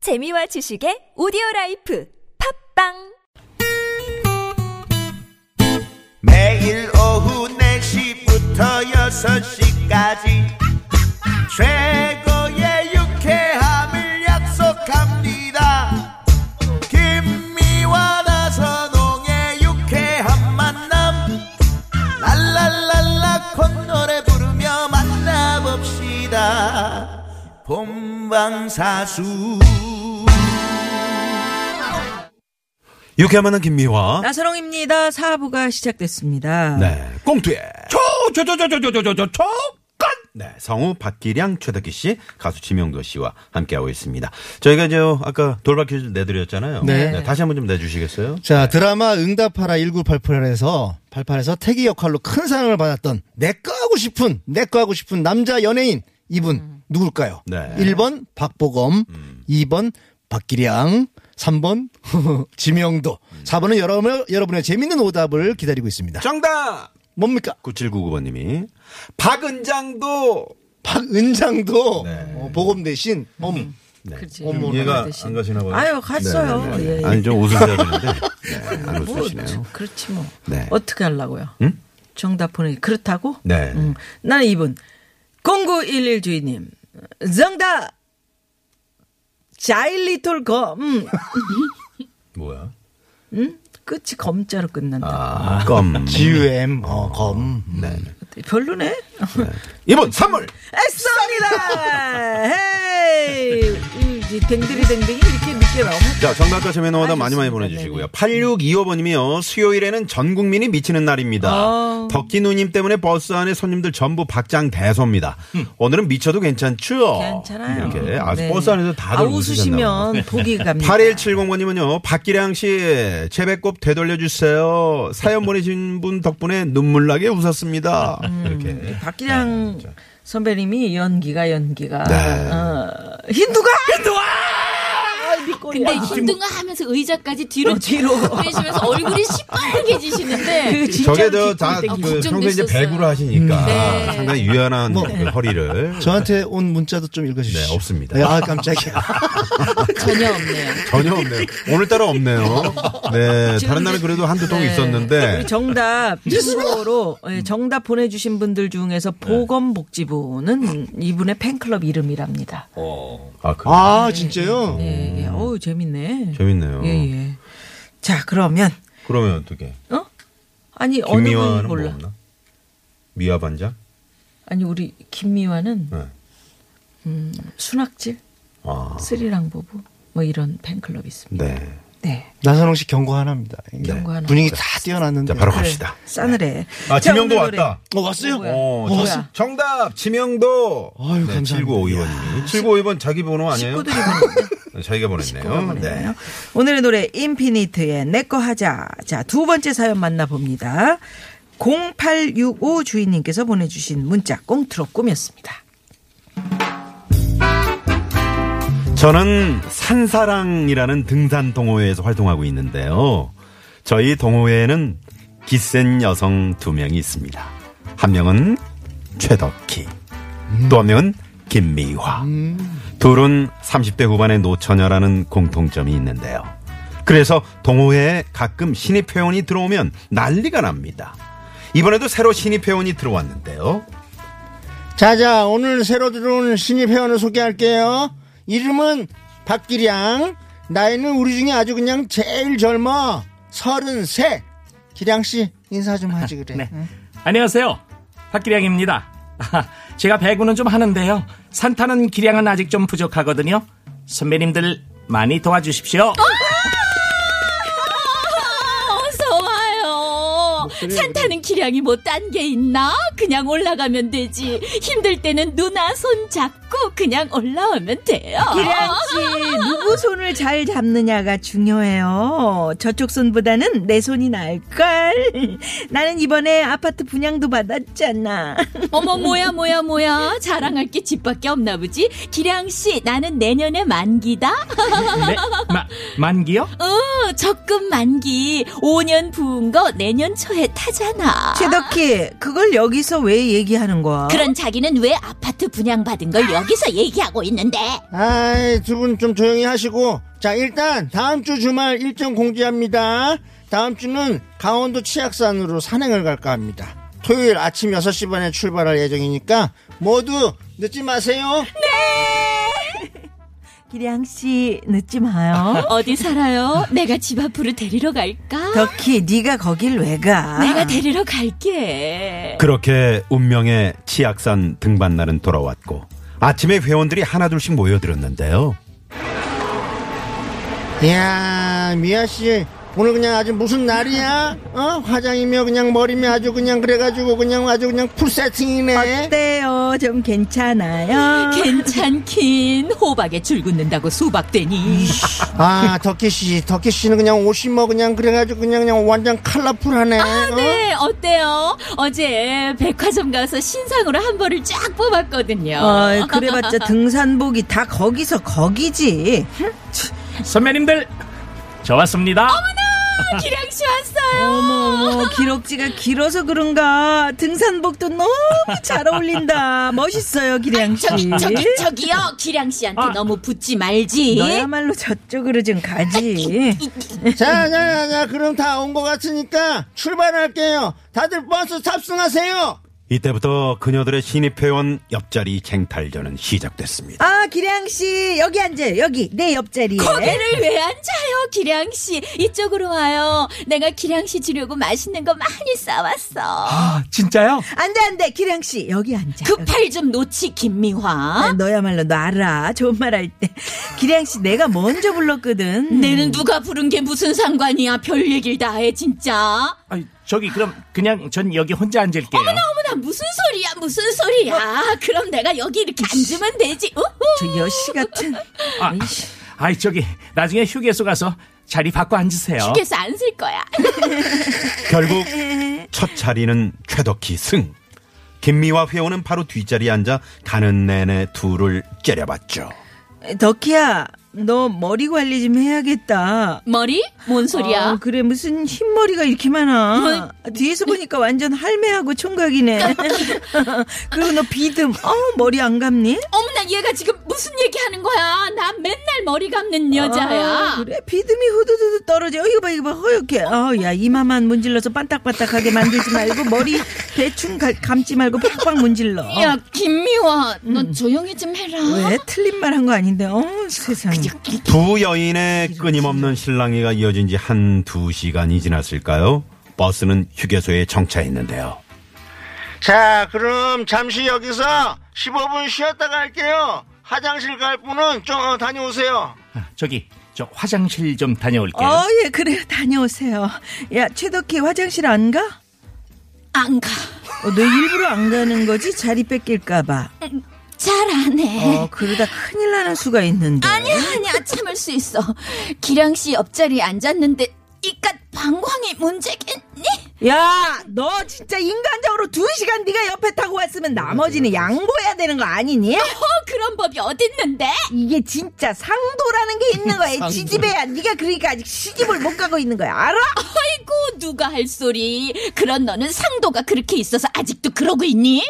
재미와 지식의 오디오 라이프 팝빵 매일 오후 4시부터 6시까지 최고의 유쾌함을 약속합니다 김미와 나선홍의 유쾌한 만남 랄랄랄라 콧노래 부르며 만나봅시다 본방사수 이렇게 하면은 김미화. 나선홍입니다. 사부가 시작됐습니다. 네. 꽁투에. 초초초초초초초초 초건. 네. 성우 박기량 최덕기 씨, 가수 지명도 씨와 함께하고 있습니다. 저희가 이제 아까 돌발 퀴즈 내드렸잖아요. 네. 다시 한번 좀 내주시겠어요? 자 드라마 응답하라 1988에서 88에서 태기 역할로 큰 사랑을 받았던 내꺼 하고 싶은 내꺼 하고 싶은 남자 연예인 이분 누굴까요? 네. 음. 1번 박보검, 2번 박기량, 3번 지명도, 음. 4번은 여러분 여러분의 재밌는 오답을 기다리고 있습니다. 정답! 뭡니까? 9799번님이. 박은장도! 박은장도 어, 보검 대신 음. 엄. 네. 그렇지. 좀 어머나, 이해가 대신. 안 가시나 봐요. 아유, 갔어요. 네, 네, 네. 예, 예. 아니, 좀 웃으셔야 되는데. 네, 안 뭐, 웃으시네요. 그렇지 뭐. 네. 어떻게 하려고요? 정답 보내 그렇다고? 네. 음, 나는 이분 0911 주인님 정답 자일리톨 검 음. 뭐야? 끝이 검자로 끝난다. 아, 껌. GUM 어, 검. 네. 네. 별로네. 이번 선물! 애써니다. 헤이 이 댕들이 댕댕이 이렇게 늦게 나오면 자, 정답과 재미있는 오답 많이 많이 보내주시고요. 8625번님이요. 수요일에는 전 국민이 미치는 날입니다. 덕기 누님 때문에 버스 안에 손님들 전부 박장 대소입니다. 오늘은 미쳐도 괜찮죠? 괜찮아요. 어, 이렇게. 아, 네. 버스 안에서 다들 아, 웃으셨나 네. 웃으시면 보기 갑니다. 8170번님은요, 박기량 씨, 제 배꼽 되돌려주세요. 사연 보내신 분 덕분에 눈물나게 웃었습니다. 이렇게. 박기량 선배님이 연기가 연기가 그렇죠. 네. 어, 힌두가 힌두가 근데 힘든가 아, 하면서 의자까지 뒤로 뒤로. 빼시면서 얼굴이 시뻘개지시는데 그 진짜 저게 저, 다, 아, 그, 걱정도 평소에 이제 있었어요. 배구를 하시니까 네. 상당히 유연한 뭐. 그 허리를. 저한테 온 문자도 좀 읽어주시죠. 네, 없습니다. 네, 아 깜짝이야. 전혀 없네요. 전혀 없네요. 오늘따라 없네요. 네. 다른 날은 그래도 한두 네. 통 있었는데. 우리 정답 참고로 예, 정답 보내주신 분들 중에서 네. 보건복지부는 이분의 팬클럽 이름이랍니다. 아, 그렇죠. 그 아 진짜요? 음. 예, 예. 어우 재밌네. 재밌네요. 예, 예. 자 그러면 그러면 어떻게? 어 아니 어느 분 김미화는 뭐 몰라. 없나? 미화 반장? 아니 우리 김미화는 네. 순학질 아, 스리랑 부부 뭐 이런 팬클럽 있습니다. 네. 네. 나선홍 씨 경고 하나입니다. 이게 경고 하나. 분위기 다 뛰어났는데. 자, 바로 그래, 갑시다. 싸늘해. 아, 네. 자, 지명도 오늘 노래. 왔다. 어, 왔어요? 뭐야? 어, 뭐야? 정- 정답! 지명도! 아유, 네, 감사합니다. 7952번님이. 7952번 자기 번호 아니에요? 식구들이 보내는 네, 자기가 보냈네요. 네. 거예요. 오늘의 노래 인피니트의 내꺼 하자. 자, 두 번째 사연 만나봅니다. 0865 주인님께서 보내주신 문자 꽁트로 꾸몄습니다. 저는 산사랑이라는 등산 동호회에서 활동하고 있는데요. 저희 동호회에는 기센 여성 두 명이 있습니다. 한 명은 최덕희, 또 한 명은 김미화. 둘은 30대 후반의 노처녀라는 공통점이 있는데요. 그래서 동호회에 가끔 신입 회원이 들어오면 난리가 납니다. 이번에도 새로 신입 회원이 들어왔는데요. 자자 오늘 새로 들어온 신입 회원을 소개할게요. 이름은 박기량. 나이는 우리 중에 아주 그냥 제일 젊어. 서른세. 기량 씨 인사 좀 하지 그래. 네. 안녕하세요. 박기량입니다. 아, 제가 배구는 좀 하는데요. 산타는 기량은 아직 좀 부족하거든요. 선배님들 많이 도와주십시오. 아, 어서 와요. 산타는 기량이 뭐 딴 게 있나? 그냥 올라가면 되지. 힘들 때는 누나 손 잡고 그냥 올라오면 돼요. 기량씨, 누구 손을 잘 잡느냐가 중요해요. 저쪽 손보다는 내 손이 날걸. 나는 이번에 아파트 분양도 받았잖아. 어머 뭐야 뭐야 뭐야 자랑할 게 집밖에 없나 보지. 기량 씨 나는 내년에 만기다. 네, 마- 만기요? 어, 적금 만기 5년 부은 거 내년 초에 타잖아. 최덕희, 그걸 여기서 왜 얘기하는 거야? 그런 자기는 왜 아파트 분양받은 걸 여기서 얘기하고 있는데? 아이 두 분 좀 조용히 하시. 마시고 자 일단 다음 주 주말 일정 공지합니다. 다음 주는 강원도 치악산으로 산행을 갈까 합니다. 토요일 아침 6시 반에 출발할 예정이니까 모두 늦지 마세요. 기량 씨 늦지 마요. 어디 살아요? 내가 집 앞으로 데리러 갈까? 덕희 네가 거길 왜 가? 내가 데리러 갈게. 그렇게 운명의 치악산 등반날은 돌아왔고 아침에 회원들이 하나둘씩 모여들었는데요. 이야 미아 씨 오늘 그냥 아주 무슨 날이야? 어 화장이며 그냥 머리며 아주 그냥 그래가지고 그냥 아주 그냥 풀 아, 세팅이네. 어때요? 좀 괜찮아요? 그, 괜찮긴 호박에 줄 긋는다고 수박되니 아 덕기 씨 덕기 씨는 그냥 옷이 뭐 그냥 그래가지고 그냥 그냥 완전 컬러풀하네. 어? 네 어때요 어제 백화점 가서 신상으로 한 벌을 쫙 뽑았거든요 어, 그래봤자 등산복이 다 거기서 거기지. 선배님들 저 왔습니다. 기량씨 왔어요 어머, 기럭지가 길어서 그런가 등산복도 너무 잘 어울린다. 멋있어요, 기량 씨. 저기 저기 예? 저기요 기량씨한테 아. 너무 붙지 말지 음. 너야말로 저쪽으로 좀 가지. 자, 자, 자, 그럼 다 온 것 같으니까 출발할게요. 다들 버스 탑승하세요. 이때부터 그녀들의 신입 회원 옆자리 쟁탈전은 시작됐습니다. 아, 기량 씨 여기 앉아요. 여기 내 옆자리에. 고개를 왜 앉아요 기량씨 이쪽으로 와요 내가 기량씨 주려고 맛있는 거 많이 싸왔어 아 진짜요? 안돼 안돼, 기량 씨 여기 앉아. 급할 좀 놓지 아, 김미화 너야말로 놔라. 좋은 말 할 때. 기량 씨 내가 먼저 불렀거든. 내는 누가 부른 게 무슨 상관이야 별 얘길 다 해 진짜 아니, 저기 그럼 그냥 전 여기 혼자 앉을게요. 어머나 무슨 소리야 무슨 소리야 그럼 내가 여기 이렇게 앉으면 되지 우후. 저 여시 같은. 아, 아이 저기 나중에 휴게소 가서 자리 바꿔 앉으세요. 그래서 안 쓸 거야 결국 첫 자리는 최덕희 승. 김미화 회원은 바로 뒷자리에 앉아 가는 내내 둘을 째려봤죠. 덕희야, 너 머리 관리 좀 해야겠다. 머리? 뭔 소리야 아, 그래 무슨 흰머리가 이렇게 많아. 뒤에서 보니까 완전 할매하고 총각이네. 그리고 너 비듬. 어 머리 안 감니? 어머나 얘가 지금 무슨 얘기하는 거야 나 맨날 머리 감는 여자야 아, 그래 비듬이 후두두두 떨어져. 어, 이거 봐 이거 봐 허옇게. 아야 이마만 문질러서 반딱반딱하게 만들지 말고 머리 대충 가- 감지 말고 팍팍 문질러. 야 김미화 너 조용히 좀 해라 어. 음. 왜 틀린 말 한 거 아닌데? 어 세상에. 두 여인의 끊임없는 실랑이가 이어진 지 한 두 시간이 지났을까요? 버스는 휴게소에 정차했는데요. 자, 그럼 잠시 여기서 15분 쉬었다 갈게요. 화장실 갈 분은 좀 어, 다녀오세요. 아, 저기 저 화장실 좀 다녀올게요. 어 예 그래요 다녀오세요. 야 최덕희 화장실 안 가? 안가 어, 너 일부러 안 가는 거지 자리 뺏길까봐. 잘 안해 어 그러다 큰일 나는 수가 있는데. 아니야 아니야 참을 수 있어 기량씨 옆자리에 앉았는데 이깟 방광이 문제겠니? 야, 너 진짜 인간적으로 두 시간 네가 옆에 타고 왔으면 나머지는 양보해야 되는 거 아니니? 어 그런 법이 어딨는데 이게 진짜 상도라는 게 있는 거야. 지집애야. 네가 그러니까 아직 시집을 못 가고 있는 거야. 알아? 아이고 누가 할 소리 그런 너는 상도가 그렇게 있어서 아직도 그러고 있니?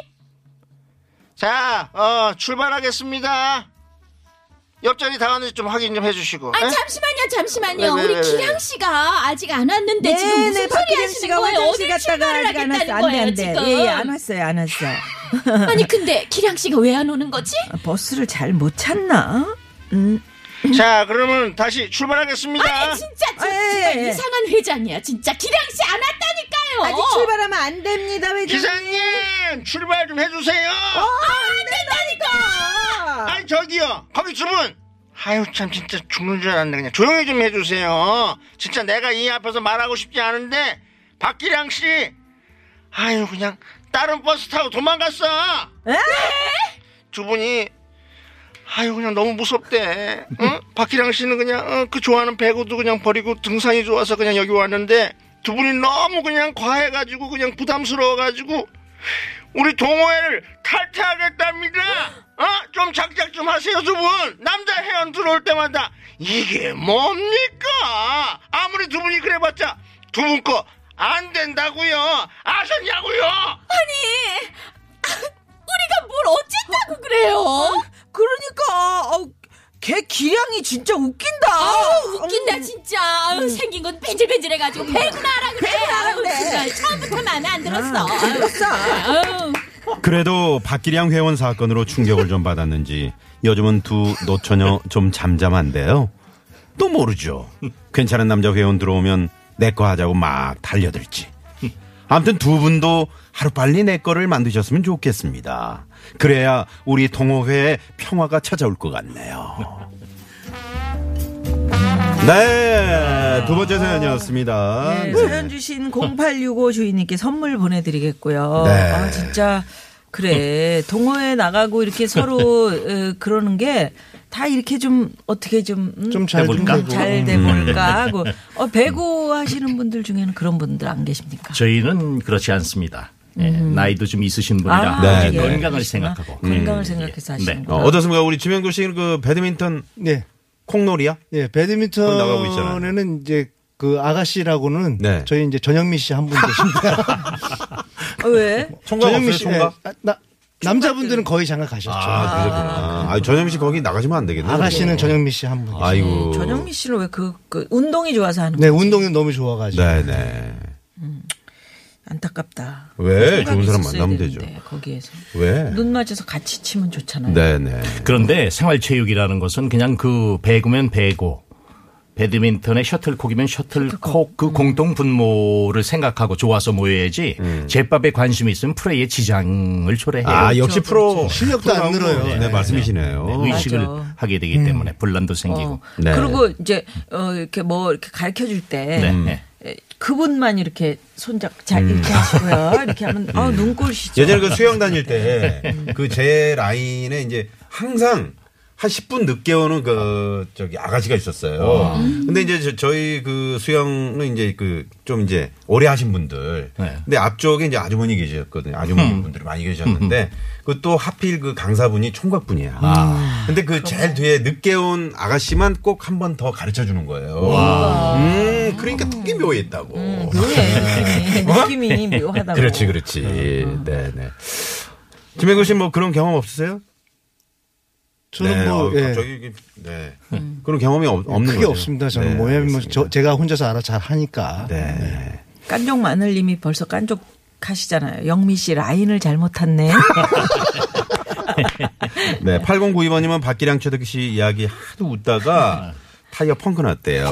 자, 어, 출발하겠습니다. 옆자리 다 왔는지 좀 확인 좀 해주시고. 네? 아 에? 잠시만요 잠시만요 네, 왜, 왜, 왜, 우리 왜? 기량 씨가 아직 안 왔는데 지금 무슨 소리 박기량 하시는 거예요 화장실 어딜 출발을 아직 안 왔어. 하겠다는 안 돼, 거예요 안 돼. 지금 예, 예, 안 왔어요, 안 왔어. 아니 근데 기량 씨가 왜 안 오는 거지? 아, 버스를 잘 못 찾나? 자, 그러면 다시 출발하겠습니다. 아니 진짜 저, 아, 예, 정말 예. 이상한 회장이야 진짜 기량 씨 안 왔다니까요 아직 출발하면 안 됩니다, 어, 회장. 기사님, 출발 좀 해주세요. 어? 아, 된다니까! 아니 저기요 거기 주문 아유 참 진짜 죽는 줄 알았네 그냥 조용히 좀 해주세요 진짜 내가 이 앞에서 말하고 싶지 않은데 박기량 씨 아유 그냥 다른 버스 타고 도망갔어 에? 두 분이 아유 그냥 너무 무섭대 응? 박기량 씨는 그냥 어, 그 좋아하는 배구도 그냥 버리고 등산이 좋아서 그냥 여기 왔는데 두 분이 너무 그냥 과해가지고 그냥 부담스러워가지고 우리 동호회를 탈퇴하겠답니다. 어? 좀 작작 좀 하세요, 두 분. 남자 회원 들어올 때마다 이게 뭡니까? 아무리 두 분이 그래봤자 두 분 거 안 된다고요. 아셨냐고요? 아니 우리가 뭘 어쨌다고 그래요 그러니까, 어, 걔 기량이 진짜 웃긴다. 아우 어, 어, 음. 웃긴다 진짜 아우, 생긴 건 뺀질뺀질해가지고 배구나라 그래 배구나라 그래. 아, 처음부터 마음에 안 들었어 진짜. 아우, 그래도 박기량 회원 사건으로 충격을 좀 받았는지 요즘은 두 노처녀 좀 잠잠한데요. 또 모르죠. 괜찮은 남자 회원 들어오면 내 거 하자고 막 달려들지. 아무튼 두 분도 하루빨리 내 거를 만드셨으면 좋겠습니다. 그래야 우리 동호회에 평화가 찾아올 것 같네요. 네, 두 번째 사연이었습니다. 네, 네. 사연 주신 0865 주인님께 선물 보내드리겠고요. 네. 아, 진짜. 그래. 동호회 나가고 이렇게 서로 어, 그러는 게 다 이렇게 좀 어떻게 좀. 음, 좀잘 해볼까? 되고. 음. 잘 돼볼까 하고 어, 배구 하시는 분들 중에는 그런 분들 안 계십니까? 저희는 그렇지 않습니다. 예, 나이도 좀 있으신 분이라 음. 아, 네, 네. 건강을 그러시구나. 생각하고 건강을 음, 생각해서 예. 하시는 어, 어떻습니까? 우리 지명도 씨는 그 배드민턴 네. 콩놀이야? 예, 그건 나가고 있잖아요. 배드민턴에는 이제 그 아가씨라고는 네. 저희 이제 전영미 씨 한 분 계십니다. 어, 왜? 총각 없어요, 총각? 예, 아, 나- 남자분들은 거의 장가 가셨죠. 아, 그러셨구나. 아, 전영미 씨 거기 나가시면 안 되겠네. 아가씨는 전영미 씨 한 분. 계세요. 아이고. 네, 전영미 씨는 왜 그 운동이 좋아서 하는 네, 거지? 운동은 너무 좋아가지고. 네네. 안타깝다. 그 왜? 생각이 좋은 사람 있었어야 만나면 되는데, 되죠. 거기에서 왜? 눈 맞아서 같이 치면 좋잖아요. 네네. 그런데 생활체육이라는 것은 그냥 그 배구면 배구, 배드민턴에 셔틀콕이면 셔틀콕 그 공동 분모를 생각하고 좋아서 모여야지 제밥에 관심이 있으면 프레이에 지장을 초래해요. 아, 그렇죠, 역시 프로. 실력도 안 늘어요. 네, 네. 말씀이시네요. 네, 의식을 맞아. 하게 되기 때문에 분란도 생기고. 어. 네. 그리고 이제 어, 이렇게 뭐 이렇게 가르쳐 줄 때 네, 음. 네. 그분만 이렇게 손잡 잘 이렇게 하시고요. 이렇게 하면 아 눈꼴시죠. 음. 예전에 그 수영 다닐 때 그 제 라인에 이제 항상 한 10분 늦게 오는 그 저기 아가씨가 있었어요. 근데 이제 저, 희그 수영은 이제 그 좀 이제 오래 하신 분들. 네. 근데 앞쪽에 이제 아주머니 계셨거든요. 음. 아주머니 분들이 많이 계셨는데 그 또 하필 그 강사분이 총각분이야. 아. 근데 그 제일 뒤에 늦게 온 아가씨만 꼭 한 번 더 가르쳐 주는 거예요. 음, 그러니까 특히 묘했다고. 묘해 네. 느낌이 느낌이 묘하다고. 어? 네. 그렇지, 그렇지. 네, 네. 김혜구 씨뭐 그런 경험 없으세요? 저는 네, 뭐, 어, 예, 갑자기 이게, 네. 그런 경험이 없, 없는 크게 거죠? 없습니다. 저는 네, 뭐, 왜냐면 뭐 저, 알겠습니다. 제가 혼자서 알아 잘 하니까. 네. 깐족 마늘님이 벌써 깐족 하시잖아요. 영미 씨 라인을 잘못 탔네. 네, 8092번님은 박기량 최덕기 씨 이야기 하도 웃다가 타이어 펑크 났대요.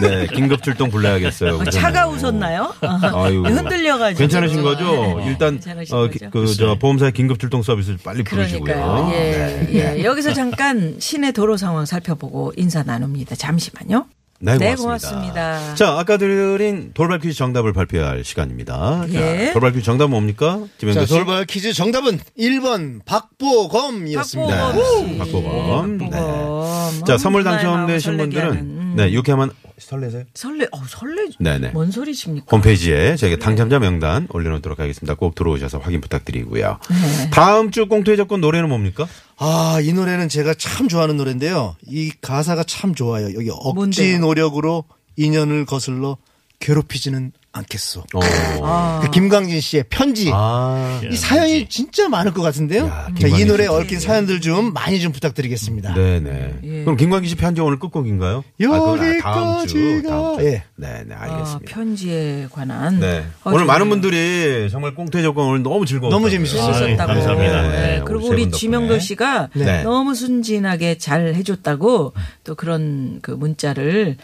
네, 긴급 출동 불러야겠어요. 그러네요. 아, 차가 웃었나요? 네, 아유. 흔들려가지고. 괜찮으신 거죠? 네, 일단 괜찮으신 어, 거죠? 그렇죠. 그저 보험사의 긴급 출동 서비스를 빨리 그러니까요. 부르시고요. 네. 예, 예. 여기서 잠깐 시내 도로 상황 살펴보고 인사 나눕니다. 잠시만요. 네, 네, 고맙습니다. 자, 아까 드린 돌발 퀴즈 정답을 발표할 시간입니다. 예. 자, 돌발 퀴즈 정답 뭡니까? 자, 김현도 씨. 돌발 퀴즈 정답은 1번 박보검이었습니다. 박보검. 네, 씨. 음. 박보검. 네. 박보검. 자, 선물 나의 당첨되신 뭐, 마음을 설레게 분들은 하는. 네, 유쾌한 설레세요? 설레, 어, 설레. 네네. 뭔 소리십니까? 홈페이지에 네. 저희가 당첨자 명단 올려놓도록 하겠습니다. 꼭 들어오셔서 확인 부탁드리고요. 네. 다음 주 꽁투의 조건 노래는 뭡니까? 아, 이 노래는 제가 참 좋아하는 노래인데요. 이 가사가 참 좋아요. 여기 억지 뭔데요? 노력으로 인연을 거슬러 괴롭히지는 않겠소. 어. 아, 그 김광진 씨의 편지. 아. 이 사연이 진짜 많을 것 같은데요. 야, 자, 김광진 이 노래에 씨. 얽힌 사연들 좀 많이 좀 부탁드리겠습니다. 네네. 예. 그럼 김광기 씨 편지 오늘 끝곡인가요? 아, 그건 아, 다음 주, 다음 여기까지가- 주. 예. 네네, 아, 알겠습니다. 편지에 관한. 네. 어, 오늘 저는 많은 분들이 정말 꽁투의 조건 오늘 너무 즐거웠어요. 너무 재밌었어요. 재밌었다고. 아유, 감사합니다. 네. 예, 네, 그리고 우리 우리 세분 지명도 덕분에. 씨가 네. 너무 순진하게 잘 해줬다고 또 그런 그 문자를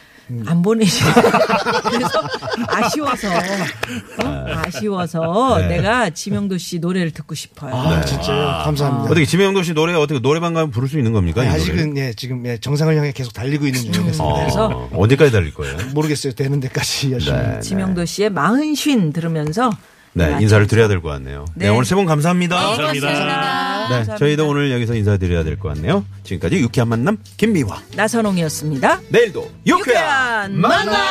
안 보내시. 그래서 아쉬워서 어? 아쉬워서 네. 내가 지명도 씨 노래를 듣고 싶어요. 아, 진짜요. 감사합니다. 어떻게 지명도 씨 노래 어떻게 노래방 가면 부를 수 있는 겁니까? 네, 이 노래를? 아직은 예, 지금 예, 정상을 향해 계속 달리고 있는 중이었습니다. 어, 그래서- 언제까지 달릴 거예요? 모르겠어요. 되는 데까지 열심히. 네. 지명도 씨의 마흔쉰 들으면서 네, 인사를 드려야 될 것 같네요. 네, 네. 오늘 세 분 감사합니다. 감사합니다. 네, 저희도 오늘 여기서 인사드려야 될 것 같네요. 지금까지 유쾌한 만남 김미화. 나선홍이었습니다. 내일도 유쾌한 유쾌한 만남.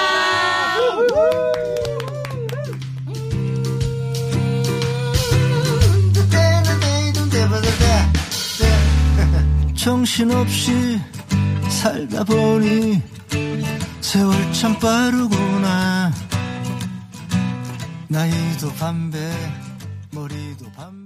네. 정신없이 살다 보니 세월 참 빠르구나 나이도 반배 머리도 반배